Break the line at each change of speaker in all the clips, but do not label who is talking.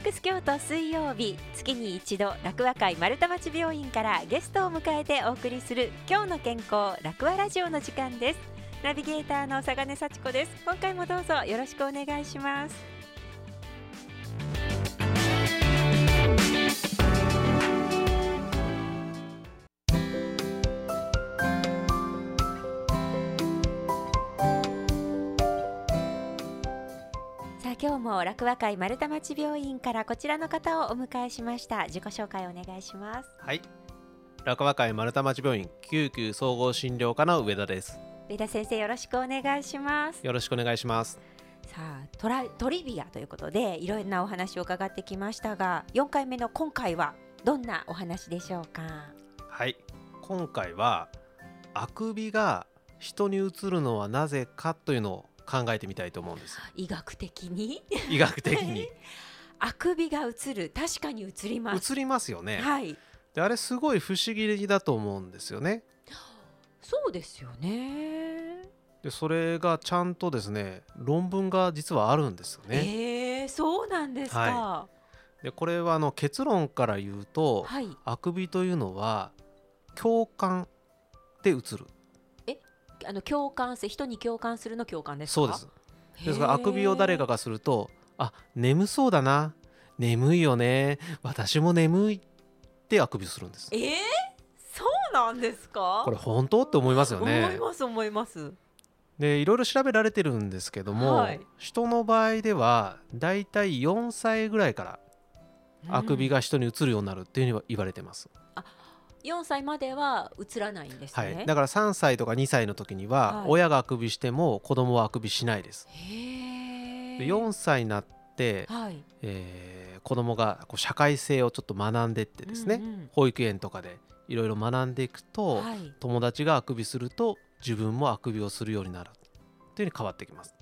X 京都水曜日月に一度楽和会丸太町病院からゲストを迎えてお送りする今日の健康楽和ラジオの時間ですナビゲーターの佐金幸子です今回もどうぞよろしくお願いしますさあ今日も楽和会丸太町病院からこちらの方をお迎えしました自己紹介お願いします
はい。楽和会丸太町病院救急総合診療科の上田です。
上田先生よろしくお願いします
よろしくお願いします。
さあトラトリビアということでいろんなお話を伺ってきましたが4回目の今回はどんなお話でしょうか
はい。今回はあくびが人にうつるのはなぜかというのを考えてみたいと思うんです。
医学的に
医学的に
あくびがうつる確かにうつり
う
ます
つりますよね。
はい
であれすごい不思議だと思うんですよね。
そうですよね
でそれがちゃんとですね論文が実はあるんですよね。
えー、そうなんですか
はでこれはあの結論から言うと、
はい、
あくびというのは共感でうつる。
あの共感性人に共感するの共感ですか
そうです。ですから
へー
あくびを誰かがするとあ眠そうだな眠いよね私も眠いってあくびをするんです
えー、そうなんですか
これ本当って思いますよ
思い
ね
ます思います
でいろいろ調べられてるんですけども、
はい
人の場合ではだいたい4歳ぐらいからあくび
が、
が人にうつるようになるっていうふうには言われてます、
うん4歳まではうつらないんです
は
ね、
い、だから3歳とか2歳の時には
はい
親があくびしても子供はあくびしないです
へ
で
え。
4歳になって、
はい。
えー子供がこう社会性をちょっと学んでってですね、
うんうん
保育園とかでいろいろ学んでいくと、
はい。
友達があくびすると自分もあくびをするようになるっていうふうに変わってきます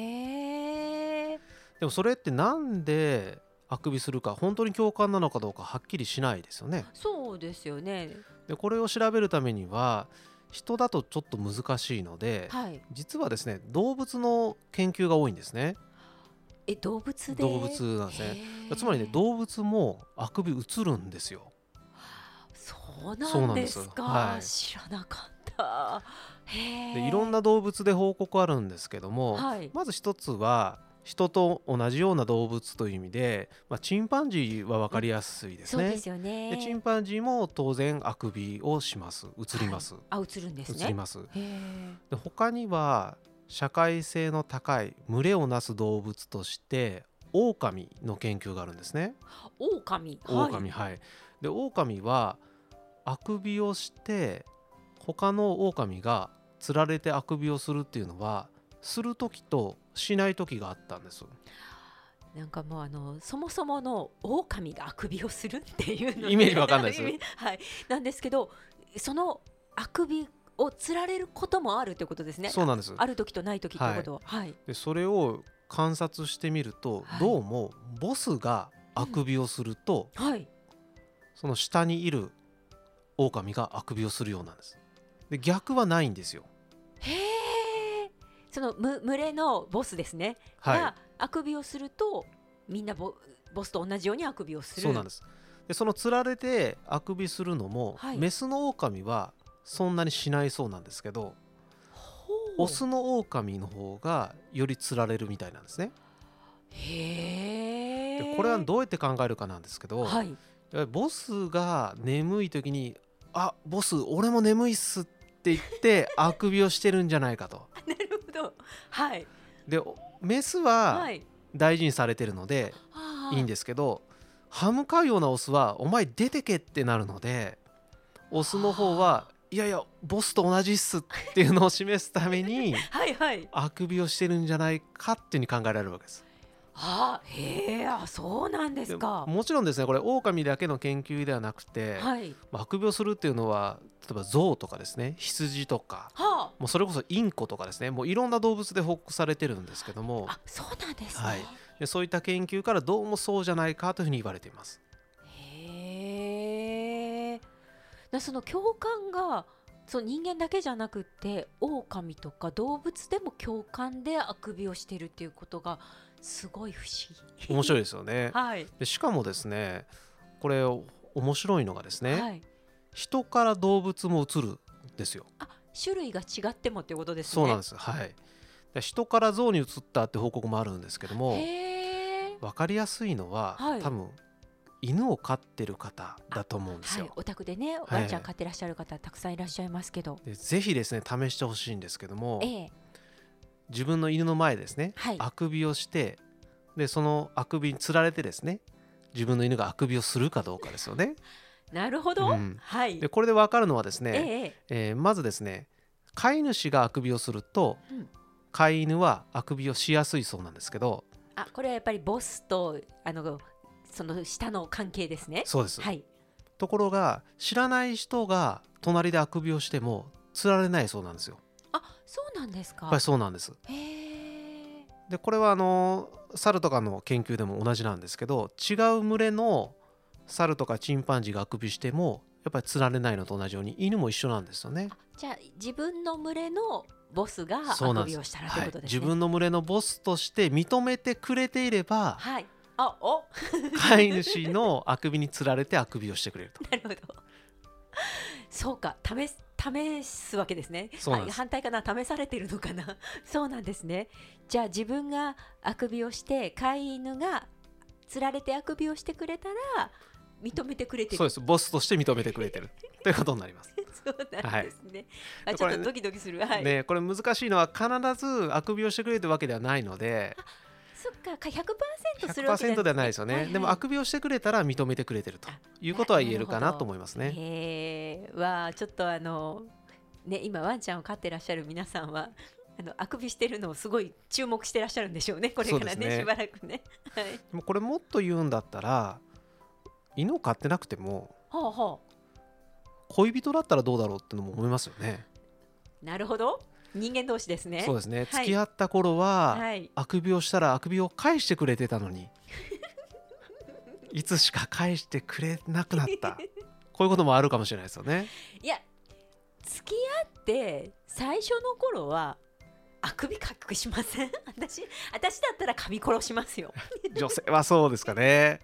へえ。
でもそれってなんであくびするか本当に共感なのかどうかはっきりしないですよね
そうですよね。
でこれを調べるためには人だとちょっと難しいので、
はい。
実はですね動物の研究が多いんですね
え、動物で。
動物なんですね
へー
つまりね動物もあくびうつるんですよ
そう
そう
な
なんん
で
です
すか。
はい
知らなかった。へえ。
でいろんな動物で報告あるんですけども、
はい。
まず一つは人と同じような動物という意味で、まあ、チンパンジーは分かりやすいです
そう
ね。
ですよね。
でチンパンジーも当然あくびをしますうつります、
あ、映るんで
う
す
つり
ね。
ます
へえ。
で他には社会性の高い群れをなす動物としてオオカミの研究があるんですね。
狼。
オオカミ
はい
はい、でオオカミはあくびをして他のオオカミがつられてあくびをするっていうのはする時としない時があったんです。
なんかもうあのそもそもの狼があくびをするっていうの
イメージわかんないです
イメージ はい、なんですけどそのあくびをつられることもあるということですね。
そうなんです
ある時とない時ってことは、はい。
でそれを観察してみると、
はい
どうもボスがあくびをすると、
はい。
その下にいるオオカミがあくびをするようなんですで逆はないんですよ
へえ。そのむ群れのボスですね。
は
があくびをするとみんなボボスと同じようにあくびをする。
いそうなんですでそのつられてあくびするのも、
はい
メスのオオカミはそんなにしないそうなんですけど
ほう
オスのオオカミの方がよりつられるみたいなんですね
へ
で
え。
これはどうやって考えるかなんですけど、
はい。
やっぱりボスが眠い時に「あボス俺も眠いっす」って言 ってあくびをしてるんじゃないかと。
なるほど。はい。
でおメスは
はい。
大事にされてるので
あー
いいんですけど歯向かうようなオスは「お前出てけ」ってなるのでオスの方は「いやいやボスと同じっす」っていうのを示すた めに
はいはい。
あくびをしてるんじゃないかっていうふうに考えられるわけです。
あへえあそうなんですか
でもちろんですねこれオオカミだけの研究ではなくて、
はい
まああくびをするっていうのは例えば象とかですね羊とか
は
もうそれこそインコとかですねもういろんな動物で報告されてるんですけど
あ
も
あそうなんですね、
はいでそういった研究からどうもそうじゃないかというふうに言われています。
へえなその共感がその人間だけじゃなくって狼とか動物でも共感であくびをしてるっていうことがすごい不思議。。
面白いですよね
はい。
でしかもですねこれお面白いのがですね、
はい。
人から動物も移るんですよ。
あ、種類が違ってもっていうことですね。。
そうなんですす。はい。で人から象に移ったって報告もあるんですけども、
へえ。
わかりやすいのは、
はい
多分犬を飼ってる方だと思うんです
は
よ。
い、お宅でね、ワンちゃん飼ってらっしゃる方、たくさんいらっしゃいますけど。
でぜひですね試してほしいんですけども
ええ、
自分の犬の前ですね、
はい
あくびをしてでそのあくびにつられてですね自分の犬があくびをするかどうかですよね。
なるほど。
うん
はい。
でこれで分かるのはです
え
ね、
ええ
えーまずですね飼い主があくびをすると
え、うん
飼い犬はあくびをしやすいそうなんですけど
あ、これはやっぱりボスと、あの、その下の関係ですね。
そうです、
はい。
ところが知らない人が隣であくびをしてもつられないそうなんですよ。
あ、そうなんですか。
やっぱりそうなんです。
へえ。
でこれはあの猿とかの研究でも同じなんですけど違う群れの猿とかチンパンジーがあくびしてもやっぱり釣られないのと同じように犬も一緒なんですよね。
じゃあ自分の群れのボスが
そう
あ
な
く
んで
び
す
をしたらとい
は
うこ
い
と、ですね。
自分の群れのボスとして認めてくれてい れば
はい。あ、お、
飼い主のあくびに釣られてあくびをしてくれると。
なるほど。そうか、試す試すわけですね。
そうなんです
あ反対かな、試されてるのかな。 そうなんですね。じゃあ自分があくびをして飼い犬が釣られてあくびをしてくれたら認めてくれてる。
そうですボスとして認めてくれてるということになります。
そうなんですね。
は
あ、
い
ちょっ
ことれ
ドキドキする。はい。
でこれ難しいのは必ずあくびをしてくれるわけではないので
そっか、か100%するわけ
100%ではないですよね、
はいはい
でもあくびをしてくれたら認めてくれてると
あ
いうことは言えるかなと思いますね。
へえわあちょっとあのね今ワンちゃんを飼ってらっしゃる皆さんは あのあくびしてるのをすごい注目してらっしゃるんでしょうねこれから
そう
ね
ですね
しばらくね。はい、
でもこれもっと言うんだったら犬を飼ってなくても
ほうほ
恋人だったらどうだろうってのも思いますよね。
うなるほど人間同士ですね。
そうですね、
はい
付き合った頃は、
はい、
あくびをしたらあくびを返してくれてたの にいつしか返してくれなくなったこういうこともあるかもしれないですよね。
いや付き合って最初の頃はあくび隠しません 私私だったら噛み殺しますよ。
女性はそうですかね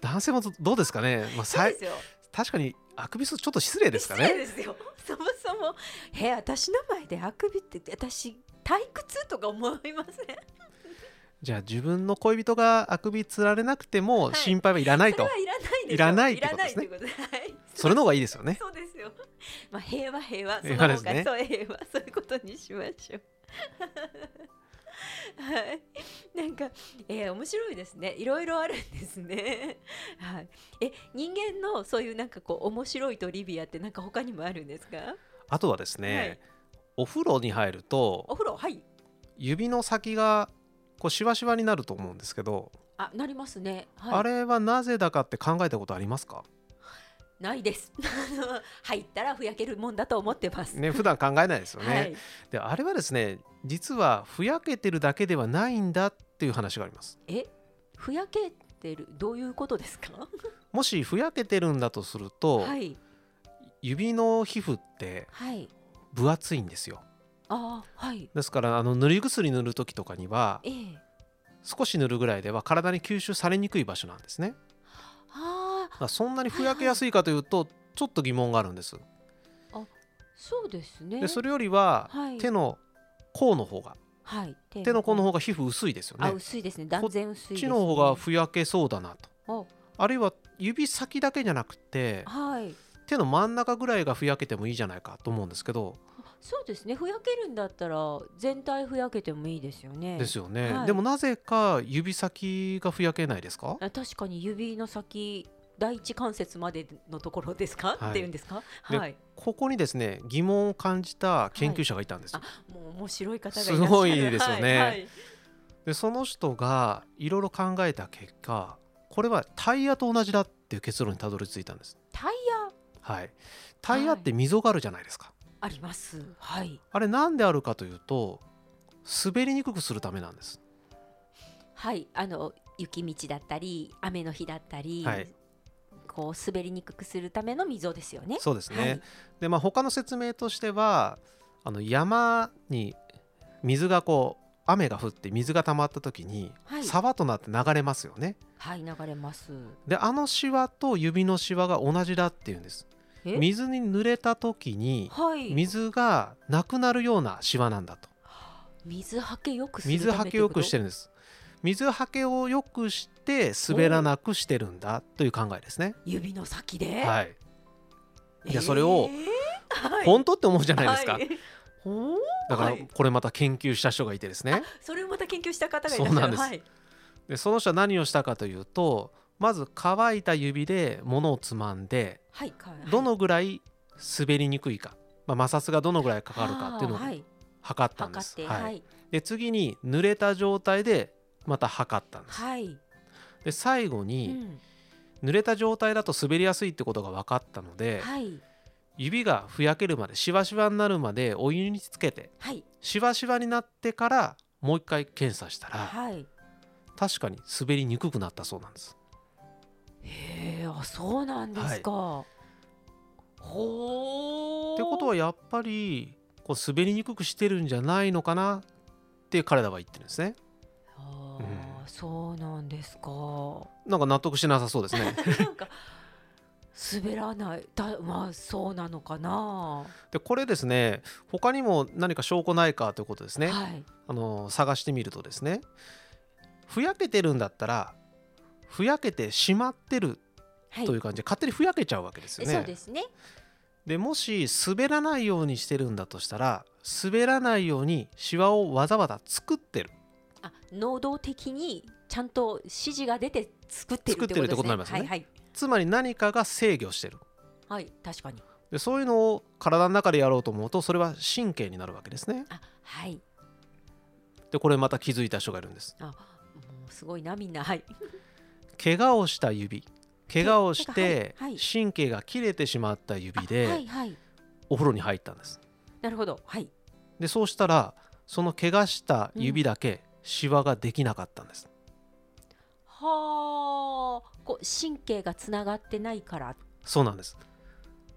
男性もどどうですかね、まあ、
そう
さい
ですよ。
確かにあくびするちょっと失礼ですか
失
ね
礼ですよ。そもそも、え、私の前であくびって、私退屈とか思いません。
じゃあ自分の恋人があくびつられなくて
は
も
い
心配はいらない
それ
と、
はいらないでしょ
いらないっ
い
て
ら
こと
な
で
いっ
すね
てこと。はい。
それの方がいいですよね
そうですよ。まあ、平和平和、その
平
方
和
が
で
そ
す
う
ね
平和、そういうことにしましょう。 はい、なんか、えー面白いですね。いろいろあるんですね。はい、え、人間のそういうなんかこう面白いトリビアってなんか他にもあるんですか？
あとはですね、
はい
お風呂に入ると
お風呂、はい。
指の先がこうシワシワになると思うんですけど、
あ、なりますね。はい、
あれはなぜだかって考えたことありますか
ないです。 あの入ったらふやけるもんだと思ってます。
ね普段考えないですよね、
はい。
であれはですね実はふやけてるだけではないんだっていう話があります
え、ふやけてるどういうことですか？
もしふやけてるんだとすると、
はい
指の皮膚って
はい。
分厚いんですよ
あー、はい。
ですからあの塗り薬塗る時とかには
ええ
少し塗るぐらいでは体に吸収されにくい場所なんですね
あ
だからそんなにふやけやすいかというとちょっと疑問があるんです
ー、そうですね。
でそれよりは
はい
手の甲の方が
はい。
手の甲の
方、
方が皮膚薄いですよ
あ、
ね
薄いですね。断然薄い
こ
で
っ
す、
ち
ね。
の方がふやけそうだなと
お
あるいは指先だけじゃなくて
はい。
手の真ん中ぐらいがふやけてもいいじゃないかと思うんですけど
そうですね。ふやけるんだったら全体ふやけてもいいですよね。
ですよね、
はい
でもなぜか指先がふやけないですか
あ確かに指の先第一関節までのところですか、
はい
っていうんですか？
で
はい。
ここにですね疑問を感じた研究者がいたんですよ、
もう面白い方がいらっしゃる
すごいですよね
はいはい
でその人がいろいろ考えた結果これはタイヤと同じだっていう結論にたどり着いたんです
タイヤ
はいタイヤって溝があるじゃないですか、
あります。はい。
あれなんであるかというと滑りにくくするためなんです
はい。あの雪道だったり、雨の日だったり、
はい
こう滑りにくくするための溝ですよね。
そうですね、
はい
でまあ他の説明としてはあの山に水がこう雨が降って水が溜まった時に、
はい
沢となって流れますよね
はい流れます
であのシワと指のシワが同じだっていうんです
え
水に濡れた時に
はい
水がなくなるようなシワなんだと
水はけよくする
水はけよくして
る
るんです水はけをよくして滑らなくしてるんだという考えですね
指の先で、
はい
えー
いやそれを
はい
本当って思うじゃないですか、
はいほう
だから
はい
これまた研究した人がいてですね
それをまた研究した方がいらっしゃる
そうなんです
はい
でその人は何をしたかというとまず乾いた指で物をつまんで
はいはい
どのぐらい滑りにくいか、まあ、摩擦がどのぐらいかかるかっていうのを
あーはい
測ったんで
測っ
す、
て
はい
はい
で次に濡れた状態でまた測ったんです、
はい、
で最後
う
に
ん
濡れた状態だと滑りやすいってことが分かったので、
はい
指がふやけるまでしわしわになるまでお湯につけて
はい
しわしわになってからもう一回検査したら
はい
確かに滑りにくくなったそうなんです
へえあそうなんですか、ほう
ってことはやっぱりこう滑りにくくしてるんじゃないのかなって彼らは言ってるんですね
あー、そうなんですか
なんか納得しなさそうで すね
なんか滑らないだまあそうなのかな、
でこれですね他にも何か証拠ないかということですね、
はい
あの探してみるとですねふやけてるんだったらふやけてしまってる
はい
という感じで勝手にふやけちゃうわけですよね
そうですね
でもし滑らないようにしてるんだとしたら滑らないようにシワをわざわざ作ってる
あ能動的にちゃんと指示が出て作ってる
作ってるってことになりますね
はいはい
つまり何かが制御してる
はい確かに
でそういうのを体の中でやろうと思うとそれは神経になるわけですね
あはい
でこれまた気づいた人がいるんです
あもうすごいなみんなはい
怪我をした指怪我をして
はいはい
神経が切れてしまった指
あはい
で
はい
お風呂に入ったんです
なるほどはい
でそうしたらその怪我した指だけシワができなかったんです、
はあこう神経がつながってないから
そうなんです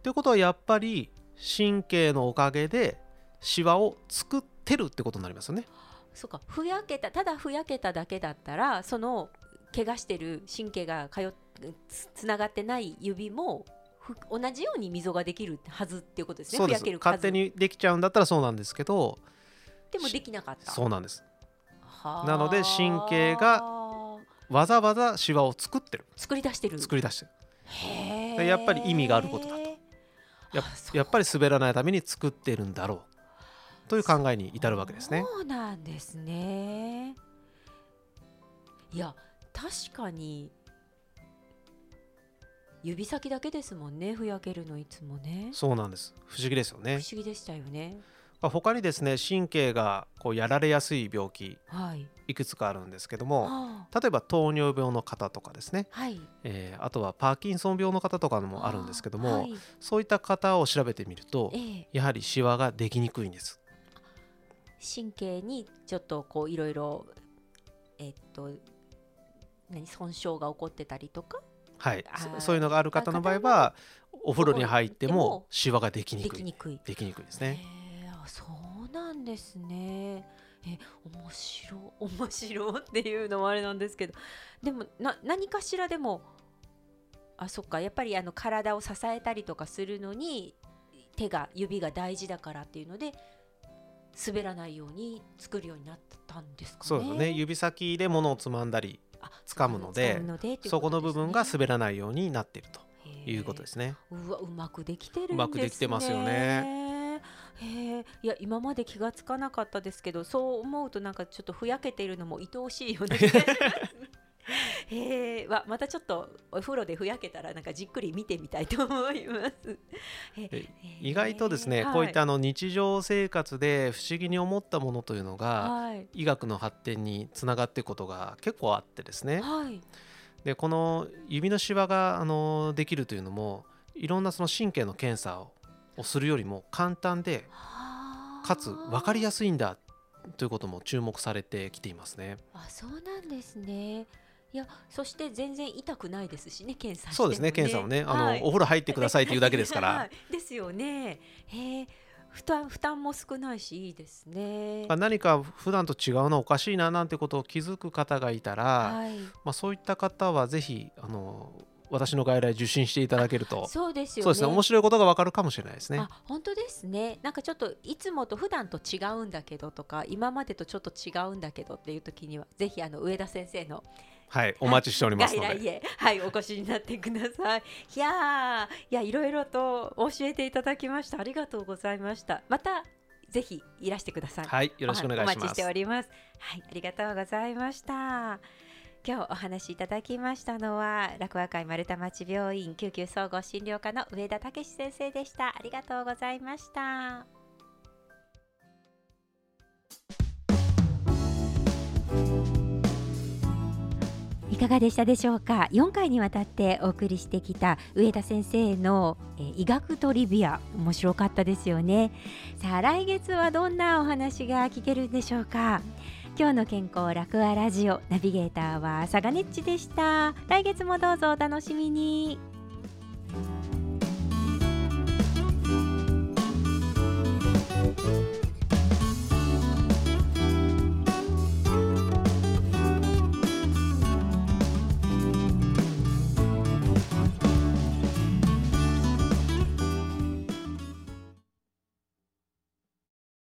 ということはやっぱり神経のおかげでシワを作ってるってことになりますよね
そうかふやけたただふやけただけだったらその怪我してる神経が通っつつながってない指もふ同じように溝ができるはずっていうことですね
そうで
ふ
す
やける数
勝手にできちゃうんだったらそうなんですけど
でもできなかった
そうなんです
はあ
なので神経がわざわざシワを作ってる
作り出してる
作り出してる
へ
で
え
やっぱり意味があることだとややっぱり滑らないために作ってるんだろうという考えに至るわけですね
そうなんですねいや確かに指先だけですもんねふやけるのいつもね
そうなんです不思議ですよ
不
ね
思議でしたよね
まあ他にですね神経がこうやられやすい病気
はい
いくつかあるんですけども
ああ
例えば糖尿病の方とかですね、
はい
えーあとはパーキンソン病の方とかのもあるんですけども、
はい
そういった方を調べてみると
ええ
やはりシワができにくいんです
神経にちょっとこういろいろえっと何損傷が起こってたりとか
はい
あー
そそういうのがある方の場合はお風呂に入って
お風呂に入って
も
も
シワができに
で
く
き
い
にくい
できにくいですね
へえあそうなんですね。え面白 面白っていうのもあれなんですけどでもな何かしらでもあそっかやっぱりあの体を支えたりとかするのに手が指が大事だからっていうので滑らないように作るようになったんですかね。
そうですね指先で物をつまんだり
あ
掴むので
掴むのでっていう
そこの部分
こ
が
と
滑らないようになっていると
ですね
いうことですね。
うわうまくできてるんですね。
うまくできてますよね。
へえいや今まで気がつかなかったですけどそう思うとなんかちょっとふやけているのも愛おしいよ ね。へえわまたちょっとお風呂でふやけたらなんかじっくり見てみたいと思います。へ
え意外とですね、
は
こういったあの日常生活で不思議に思ったものというのが、
はい
医学の発展につながっていくことが結構あってですね
はい
でこの指のシワがあのできるというのもいろんなその神経の検査ををするよりも簡単でかつ分かりや
すい。
すいんだということも注目されてきていますね。
あそうなんですね。いやそして全然痛くないですしね検査しても
そうですね検査もねあの、
はい
お風呂入ってくださいっていうだけですから、
はいですよね。へえ、負担負担も少ないしいいですね。
まあ何か普段と違うのおかしいななんてことを気づく方がいたら、
はい、
まあ、そういった方はぜひあの私の外来受診していただけると
そうですよね。
そうですね面白いことがわかるかもしれないですね。
あ本当ですねなんかちょっといつもと普段と違うんだけどとか今までとちょっと違うんだけどっていう時にはぜひあの上田先生の
はい、お待ちしております
外
の
来
で。
へはいお越しになってくださいいやーいやいろいろと教えていただきましたありがとうございましたまたぜひいらしてください
はい、よろしくお願いし
お待
ま
ちし
す
てお。ります。はい、ありがとうございました。今日お話しいただきましたのは落和会丸太町病院救急総合診療科の上田武史先生でした。ありがとうございました。いかがでしたでしょうか4回にわたってお送りしてきた上田先生の、えー医学トリビア面白かったですよねさあ来月はどんなお話が聞けるんでしょうか今日の健康ラクアラジオナビゲーターはサガネッチでした来月もどうぞお楽しみに